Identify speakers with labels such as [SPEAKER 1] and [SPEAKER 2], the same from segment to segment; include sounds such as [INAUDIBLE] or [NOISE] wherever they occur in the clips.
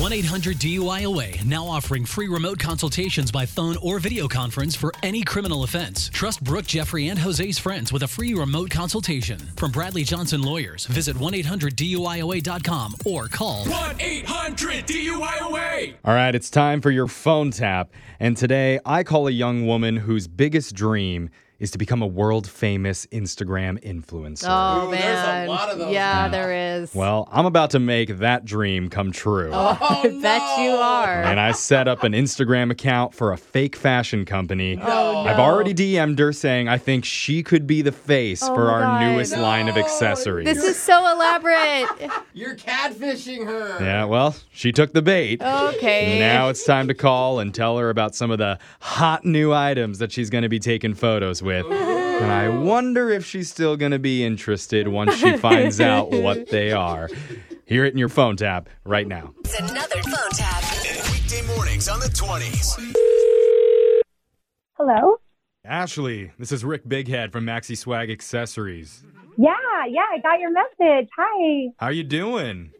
[SPEAKER 1] 1 800 DUIOA now offering free remote consultations by phone or video conference for any criminal offense. Trust Brooke, Jeffrey, and Jose's friends with a free remote consultation. From Bradley Johnson Lawyers, visit 1 800 DUIOA.com or call
[SPEAKER 2] 1 800 DUIOA.
[SPEAKER 3] All right, it's time for your phone tap. And today I call a young woman whose biggest dream is to become a world famous Instagram influencer.
[SPEAKER 4] Oh
[SPEAKER 5] Ooh,
[SPEAKER 4] man,
[SPEAKER 5] there's a lot of those
[SPEAKER 4] yeah,
[SPEAKER 5] now.
[SPEAKER 4] there is.
[SPEAKER 3] Well, I'm about to make that dream come true.
[SPEAKER 4] I bet you are.
[SPEAKER 3] And I set up an Instagram account for a fake fashion company.
[SPEAKER 4] Oh,
[SPEAKER 3] I've
[SPEAKER 4] no.
[SPEAKER 3] already DM'd her saying I think she could be the face
[SPEAKER 4] Oh
[SPEAKER 3] for
[SPEAKER 4] my
[SPEAKER 3] our
[SPEAKER 4] God.
[SPEAKER 3] newest line of
[SPEAKER 5] No.
[SPEAKER 3] accessories.
[SPEAKER 4] This is so elaborate. [LAUGHS]
[SPEAKER 5] You're catfishing her.
[SPEAKER 3] yeah, well, she took the bait.
[SPEAKER 4] Okay.
[SPEAKER 3] Now it's time to call and tell her about some of the hot new items that she's going to be taking photos with. And I wonder if she's still going to be interested once she finds out what they are. Hear it in your phone tap right now.
[SPEAKER 6] It's another phone tap.
[SPEAKER 7] Weekday mornings on the 20s.
[SPEAKER 8] Hello?
[SPEAKER 3] Ashley, this is Rick Bighead from Maxi Swag Accessories.
[SPEAKER 8] Yeah, yeah, I got your message. Hi.
[SPEAKER 3] How you doing?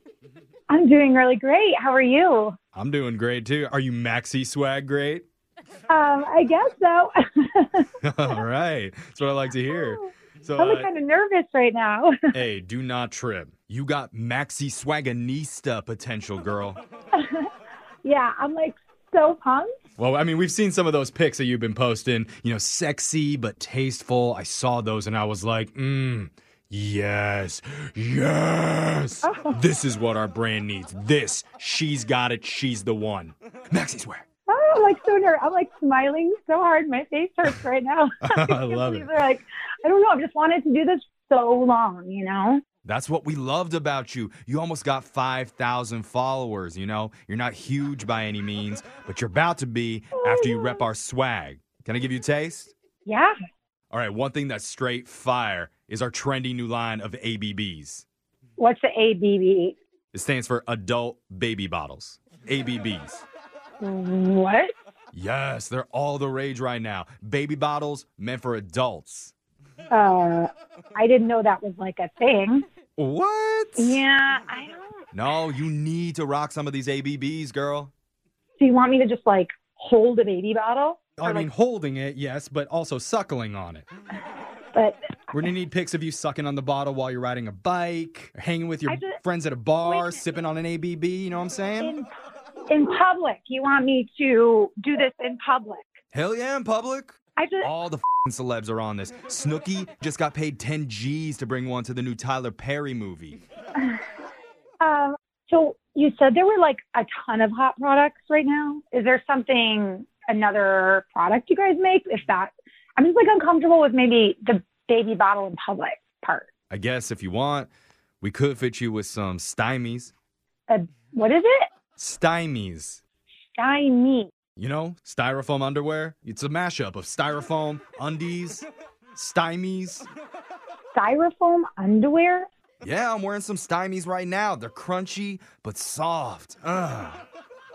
[SPEAKER 8] I'm doing really great. How are you?
[SPEAKER 3] I'm doing great too. Are you Maxi Swag great? [LAUGHS]
[SPEAKER 8] Um, I guess so. [LAUGHS]
[SPEAKER 3] All right. That's what I like to hear. So,
[SPEAKER 8] I'm
[SPEAKER 3] uh,
[SPEAKER 8] kind of nervous right now. [LAUGHS]
[SPEAKER 3] hey, do not trip. You got Maxi Swaganista potential, girl.
[SPEAKER 8] yeah, I'm like so pumped.
[SPEAKER 3] Well, I mean, we've seen some of those pics that you've been posting. You know, sexy but tasteful. I saw those and I was like, mmm, yes, yes. This is what our brand needs. This. She's got it. She's the one. Maxi Swag.
[SPEAKER 8] Oh, I'm like so nervous. I'm like smiling so hard. My face hurts right now.
[SPEAKER 3] [LAUGHS] [LAUGHS]
[SPEAKER 8] [LAUGHS]
[SPEAKER 3] I love it.
[SPEAKER 8] They're like, I don't know. I've just wanted to do this so long, you know?
[SPEAKER 3] That's what we loved about you. You almost got 5,000 followers, you know? You're not huge by any means, but you're about to be after you rep our swag. Can I give you a taste?
[SPEAKER 8] Yeah.
[SPEAKER 3] All right, one thing that's straight fire is our trendy new line of ABBs.
[SPEAKER 8] What's the ABB?
[SPEAKER 3] It stands for Adult Baby Bottles. ABBs.
[SPEAKER 8] What?
[SPEAKER 3] Yes, they're all the rage right now. Baby bottles meant for adults.
[SPEAKER 8] Uh, I didn't know that was like a thing.
[SPEAKER 3] What?
[SPEAKER 8] Yeah, I don't.
[SPEAKER 3] No, you need to rock some of these ABBs, girl.
[SPEAKER 8] Do you want me to just like hold a baby bottle?
[SPEAKER 3] I mean, holding it, yes, but also suckling on it.
[SPEAKER 8] But
[SPEAKER 3] We're gonna need pics of you sucking on the bottle while you're riding a bike, or hanging with your
[SPEAKER 8] I just-
[SPEAKER 3] friends at a bar, sipping on an ABB. You know what I'm saying?
[SPEAKER 8] in, in public. You want me to do this in public?
[SPEAKER 3] Hell yeah, in public.
[SPEAKER 8] I just
[SPEAKER 3] All the fing celebs are on this. Snooki just got paid 10 G's to bring one to the new Tyler Perry movie.
[SPEAKER 8] um. So you said there were like a ton of hot products right now. Is there something another product you guys make? If that, I'm just like uncomfortable with maybe the baby bottle in public part.
[SPEAKER 3] I guess if you want, we could fit you with some stymies.
[SPEAKER 8] Uh, what is it?
[SPEAKER 3] Stymies.
[SPEAKER 8] Stymie.
[SPEAKER 3] You know, styrofoam underwear. It's a mashup of styrofoam, undies, stymies.
[SPEAKER 8] Styrofoam underwear.
[SPEAKER 3] Yeah, I'm wearing some stymies right now. They're crunchy but soft. Ugh.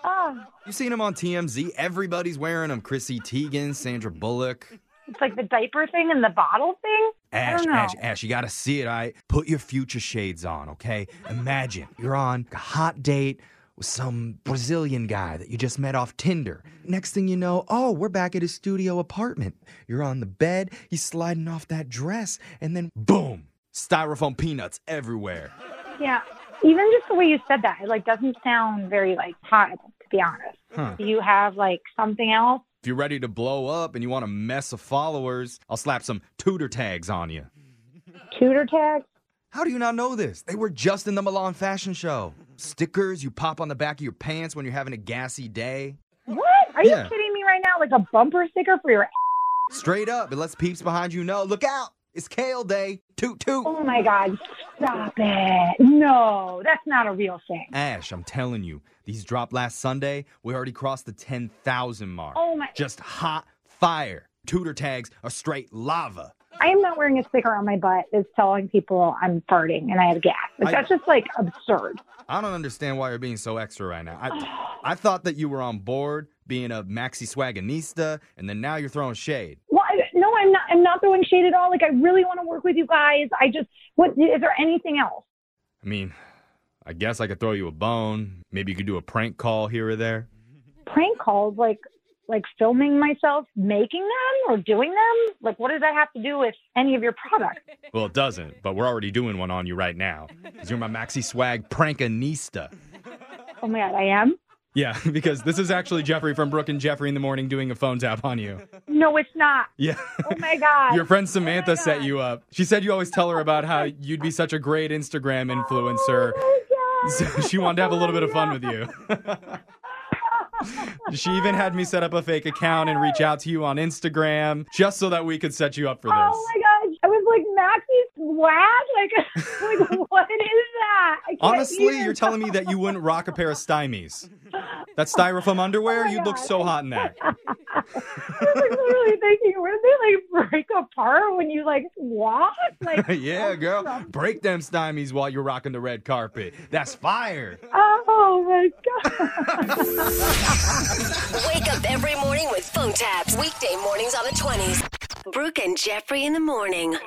[SPEAKER 8] Oh,
[SPEAKER 3] You've seen them on TMZ. Everybody's wearing them. Chrissy Teigen, Sandra Bullock.
[SPEAKER 8] it's like the diaper thing and the bottle thing.
[SPEAKER 3] Ash,
[SPEAKER 8] don't know.
[SPEAKER 3] Ash, Ash, you gotta see it, all right? Put your future shades on, okay? Imagine you're on a hot date with some Brazilian guy that you just met off Tinder. Next thing you know, oh, we're back at his studio apartment. You're on the bed, he's sliding off that dress, and then boom, styrofoam peanuts everywhere.
[SPEAKER 8] Yeah. Even just the way you said that, it like doesn't sound very like hot, to be honest.
[SPEAKER 3] Huh.
[SPEAKER 8] Do you have like something else?
[SPEAKER 3] If you're ready to blow up and you want a mess of followers, I'll slap some tutor tags on you.
[SPEAKER 8] Tutor tag?
[SPEAKER 3] How do you not know this? They were just in the Milan fashion show. Stickers you pop on the back of your pants when you're having a gassy day.
[SPEAKER 8] What? Are
[SPEAKER 3] Yeah.
[SPEAKER 8] you kidding me right now? Like a bumper sticker for your ass?
[SPEAKER 3] Straight up, it lets peeps behind you know. Look out! It's kale day. Toot toot.
[SPEAKER 8] Oh my god, stop it. No, that's not a real thing.
[SPEAKER 3] Ash, I'm telling you, these dropped last Sunday. We already crossed the 10,000 mark.
[SPEAKER 8] Oh my-
[SPEAKER 3] Just hot fire. Tutor tags are straight lava.
[SPEAKER 8] I am not wearing a sticker on my butt that's telling people I'm farting and I have gas. Like,
[SPEAKER 3] I-
[SPEAKER 8] that's just like absurd.
[SPEAKER 3] I don't understand why you're being so extra right now.
[SPEAKER 8] [SIGHS]
[SPEAKER 3] I, I thought that you were on board being a maxi swaganista, and then now you're throwing shade.
[SPEAKER 8] Well, I, no, I'm not. I'm not throwing shade at all. Like I really want to work with you guys. I just, what is there anything else?
[SPEAKER 3] I mean, I guess I could throw you a bone. Maybe you could do a prank call here or there.
[SPEAKER 8] Prank calls, like like filming myself making them or doing them? Like what does that have to do with any of your products?
[SPEAKER 3] Well, it doesn't, but we're already doing one on you right now. 'Cause you're my maxi swag prankanista.
[SPEAKER 8] Oh my god, I am?
[SPEAKER 3] Yeah, [LAUGHS] because this is actually Jeffrey from Brooke and Jeffrey in the morning doing a phone tap on you. [LAUGHS]
[SPEAKER 8] No, it's not.
[SPEAKER 3] Yeah.
[SPEAKER 8] Oh my god.
[SPEAKER 3] Your friend Samantha set you up. She said you always tell her about how you'd be such a great Instagram influencer.
[SPEAKER 8] Oh
[SPEAKER 3] So [LAUGHS] she wanted to have a little bit of fun with
[SPEAKER 8] [LAUGHS]
[SPEAKER 3] you. she even had me set up a fake account and reach out to you on Instagram just so that we could set you up for
[SPEAKER 8] Oh
[SPEAKER 3] this.
[SPEAKER 8] my god. I was like Maxi swag?
[SPEAKER 3] [LAUGHS]
[SPEAKER 8] Like [LAUGHS] like what is that? I can't
[SPEAKER 3] Honestly,
[SPEAKER 8] even-
[SPEAKER 3] you're telling me that you wouldn't rock a pair of stymies. That styrofoam
[SPEAKER 8] Oh
[SPEAKER 3] underwear, you'd look so hot in that.
[SPEAKER 8] [LAUGHS]
[SPEAKER 3] [LAUGHS]
[SPEAKER 8] I was like literally thinking, where they like break apart when you like walk?
[SPEAKER 3] [LAUGHS]
[SPEAKER 8] Like
[SPEAKER 3] yeah, girl. Break them stymies while you're rocking the red carpet. That's fire.
[SPEAKER 8] oh my god.
[SPEAKER 6] Wake up every morning with phone taps. Weekday mornings on the 20s. Brooke and Jeffrey in the morning.